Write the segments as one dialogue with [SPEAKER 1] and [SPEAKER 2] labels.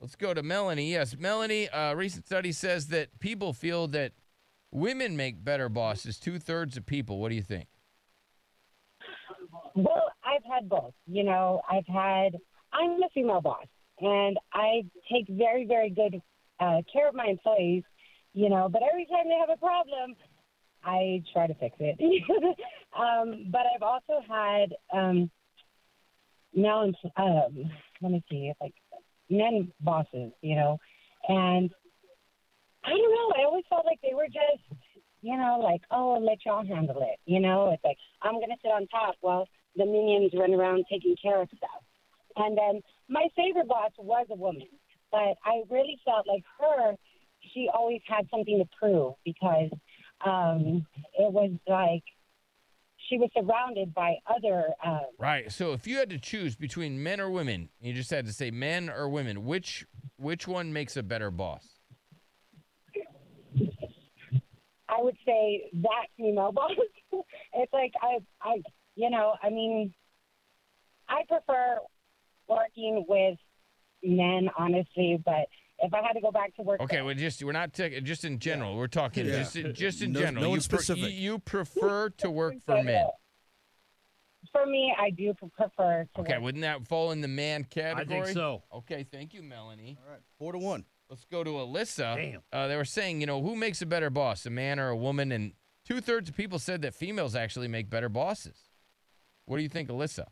[SPEAKER 1] Let's go to Melanie. Yes, Melanie. Uh, recent study says that people feel that women make better bosses. Two thirds of people. What do you think?
[SPEAKER 2] Well, I've had both. You know, I've had, I'm a female boss, and I take very, very good uh, care of my employees, you know, but every time they have a problem, I try to fix it. um, but I've also had um, now, um, let me see, like men bosses, you know, and I don't know. I always felt like they were just, you know, like, oh, I'll let y'all handle it. You know, it's like, I'm going to sit on top while the minions run around taking care of stuff. And then my favorite boss was a woman, but I really felt like her, she always had something to prove because um, it was like she was surrounded by other. Um,
[SPEAKER 1] Right. So if you had to choose between men or women, you just had to say men or women. Which which one makes a better boss?
[SPEAKER 2] I would say that female boss. it's like I, I, you know, I mean, I prefer working with men, honestly. But if I had to go back to work,
[SPEAKER 1] Okay, we're just we're not tech- just in general. We're talking
[SPEAKER 3] Yeah.
[SPEAKER 1] just in- just in
[SPEAKER 3] No-
[SPEAKER 1] general.
[SPEAKER 3] no
[SPEAKER 1] you,
[SPEAKER 3] one's specific.
[SPEAKER 1] you- you prefer to work for men.
[SPEAKER 2] for me, I do pre- prefer. To
[SPEAKER 1] Okay,
[SPEAKER 2] work.
[SPEAKER 1] wouldn't that fall in the man
[SPEAKER 4] I
[SPEAKER 1] category?
[SPEAKER 4] think so.
[SPEAKER 1] Okay, thank you, Melanie.
[SPEAKER 3] All right, four to one.
[SPEAKER 1] Let's go to Alyssa.
[SPEAKER 4] Damn.
[SPEAKER 1] Uh, they were saying, you know, who makes a better boss, a man or a woman? And two thirds of people said that females actually make better bosses. What do you think, Alyssa?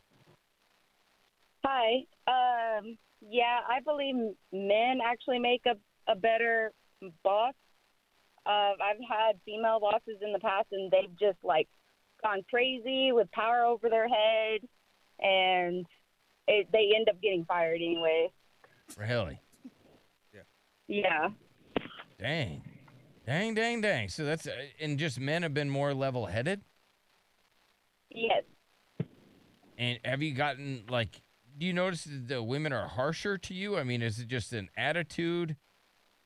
[SPEAKER 5] Hi. Um, yeah, I believe men actually make a, a better boss. Uh, I've had female bosses in the past, and they've just like gone crazy with power over their head, and it, they end up getting fired anyway.
[SPEAKER 1] Really?
[SPEAKER 5] Yeah.
[SPEAKER 1] Dang. Dang, dang, dang. So that's, uh, and just men have been more level headed?
[SPEAKER 5] Yes.
[SPEAKER 1] And have you gotten like? Do you notice that the women are harsher to you? I mean, is it just an attitude?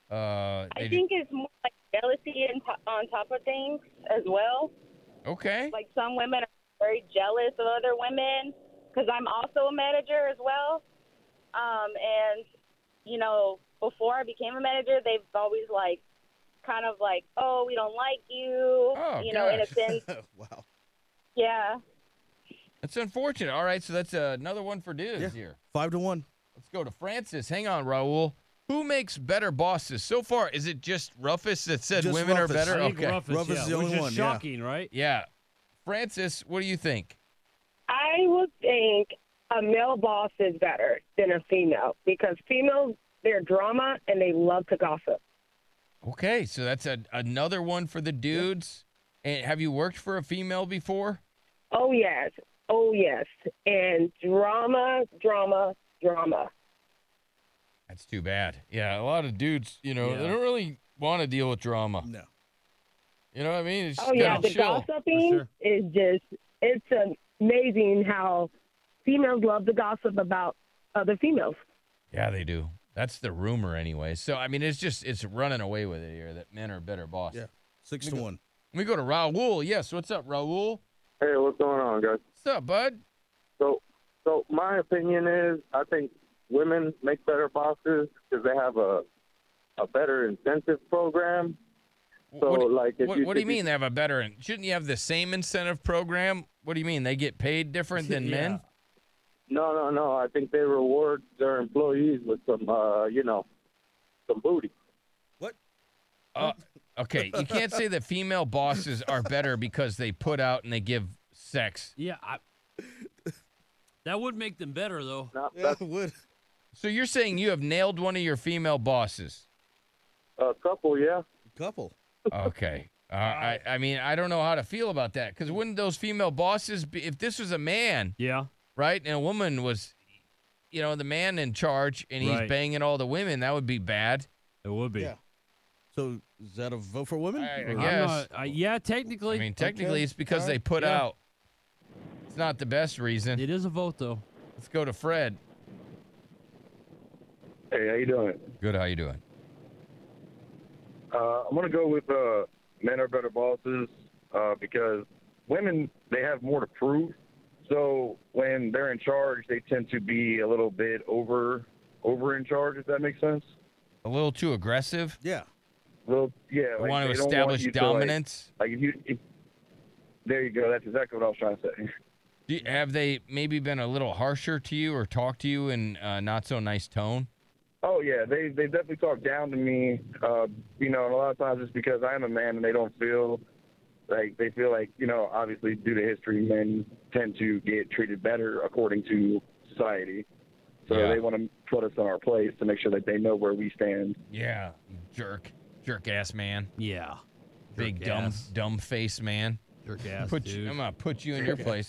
[SPEAKER 1] Uh,
[SPEAKER 5] I
[SPEAKER 1] they ju-
[SPEAKER 5] think it's more like jealousy and to on top of things as well.
[SPEAKER 1] okay.
[SPEAKER 5] Like some women are very jealous of other women because I'm also a manager as well. Um, and you know, before I became a manager, they've always like kind of like, oh, we don't like you.
[SPEAKER 1] Oh,
[SPEAKER 5] you know, in a
[SPEAKER 1] gosh.
[SPEAKER 5] sense,
[SPEAKER 3] wow.
[SPEAKER 5] yeah.
[SPEAKER 1] It's unfortunate. All right, so that's uh, another one for dudes
[SPEAKER 3] Yeah.
[SPEAKER 1] here.
[SPEAKER 3] Five to one.
[SPEAKER 1] Let's go to Francis. Hang on, Raul. Who makes better bosses so far? Is it just Rufus that said
[SPEAKER 3] Just
[SPEAKER 1] women
[SPEAKER 3] Rufus.
[SPEAKER 1] are better?
[SPEAKER 3] They're
[SPEAKER 4] I think
[SPEAKER 1] okay.
[SPEAKER 4] Ruff is,
[SPEAKER 3] Ruff is
[SPEAKER 4] yeah,
[SPEAKER 3] the
[SPEAKER 4] which
[SPEAKER 3] only
[SPEAKER 4] is
[SPEAKER 3] one, yeah.
[SPEAKER 4] shocking, right?
[SPEAKER 1] Yeah. Francis, what do you think?
[SPEAKER 6] I would think a male boss is better than a female because females they're drama and they love to gossip.
[SPEAKER 1] Okay, so that's a, another one for the dudes. And have you worked for a female before?
[SPEAKER 6] Oh yes, oh yes, and drama, drama, drama.
[SPEAKER 1] That's too bad. Yeah, a lot of dudes, you know, they
[SPEAKER 4] Yeah.
[SPEAKER 1] don't really want to deal with drama.
[SPEAKER 3] No.
[SPEAKER 1] You know what I mean? It's
[SPEAKER 6] Oh yeah,
[SPEAKER 1] gotta
[SPEAKER 6] the
[SPEAKER 1] chill.
[SPEAKER 6] gossiping
[SPEAKER 4] sure.
[SPEAKER 6] is just—it's amazing how females love to gossip about other females.
[SPEAKER 1] Yeah, they do. That's the rumor anyway. So I mean, it's just it's running away with it here that men are better bosses.
[SPEAKER 3] Yeah. Six to one.
[SPEAKER 1] We go to Raul. Yes, what's up, Raul?
[SPEAKER 7] Hey, what's going on, guys?
[SPEAKER 1] What's up, bud?
[SPEAKER 7] So, so my opinion is, I think women make better bosses because they have a a better incentive program.
[SPEAKER 1] Wh-
[SPEAKER 7] So,
[SPEAKER 1] what, do-
[SPEAKER 7] like, if
[SPEAKER 1] what,
[SPEAKER 7] you
[SPEAKER 1] what do you
[SPEAKER 7] if you-
[SPEAKER 1] mean they have a better? in- Shouldn't you have the same incentive program? What do you mean they get paid different than men?
[SPEAKER 7] No, no, no. I think they reward their employees with some, uh, you know, some booty.
[SPEAKER 1] Uh, okay, you can't say that female bosses are better because they put out and they give sex.
[SPEAKER 4] Yeah. I, that would make them better, though.
[SPEAKER 7] Not
[SPEAKER 3] Yeah, it would.
[SPEAKER 1] So you're saying you have nailed one of your female bosses?
[SPEAKER 7] a couple, yeah.
[SPEAKER 3] Couple.
[SPEAKER 1] Okay. Uh, I, I mean, I don't know how to feel about that because wouldn't those female bosses be, if this was a man,
[SPEAKER 4] Yeah.
[SPEAKER 1] right, and a woman was, you know, the man in charge and he's
[SPEAKER 4] Right.
[SPEAKER 1] banging all the women, that would be bad.
[SPEAKER 4] It would be.
[SPEAKER 3] Yeah. So is that a vote for women?
[SPEAKER 1] I- I
[SPEAKER 3] Or-
[SPEAKER 4] I'm
[SPEAKER 1] guess.
[SPEAKER 4] not- I- yeah, technically.
[SPEAKER 1] I mean, technically,
[SPEAKER 3] Okay.
[SPEAKER 1] it's because
[SPEAKER 3] All
[SPEAKER 1] they
[SPEAKER 3] right.
[SPEAKER 1] put
[SPEAKER 3] Yeah.
[SPEAKER 1] out. It's not the best reason.
[SPEAKER 4] it is a vote, though.
[SPEAKER 1] Let's go to Fred.
[SPEAKER 8] Hey, how you doing?
[SPEAKER 1] Good. How you doing?
[SPEAKER 8] Uh, I'm gonna go with uh, men are better bosses uh, because women they have more to prove. So when they're in charge, they tend to be a little bit over over in charge, if that makes sense.
[SPEAKER 1] A little too aggressive.
[SPEAKER 3] Yeah.
[SPEAKER 8] Well, yeah.
[SPEAKER 1] They
[SPEAKER 8] like,
[SPEAKER 1] want to
[SPEAKER 8] they don't
[SPEAKER 1] establish
[SPEAKER 8] you to, like-
[SPEAKER 1] dominance.
[SPEAKER 8] like, if you, if, there you go. That's exactly what I was trying to say.
[SPEAKER 1] Do you- have they maybe been a little harsher to you or talked to you in uh, not so nice tone?
[SPEAKER 8] Oh yeah, they they definitely talk down to me. Uh, you know, and a lot of times it's because I am a man, and they don't feel like they feel like you know, obviously due to history, men tend to get treated better according to society. So
[SPEAKER 1] Yeah.
[SPEAKER 8] they want to put us in our place to make sure that they know where we stand.
[SPEAKER 1] Yeah, you jerk, jerk ass man,
[SPEAKER 4] Yeah.
[SPEAKER 1] big dumb
[SPEAKER 4] ass.
[SPEAKER 1] dumb face man.
[SPEAKER 4] Jerk ass,
[SPEAKER 1] Put you,
[SPEAKER 4] dude.
[SPEAKER 1] I'm gonna put you in your place.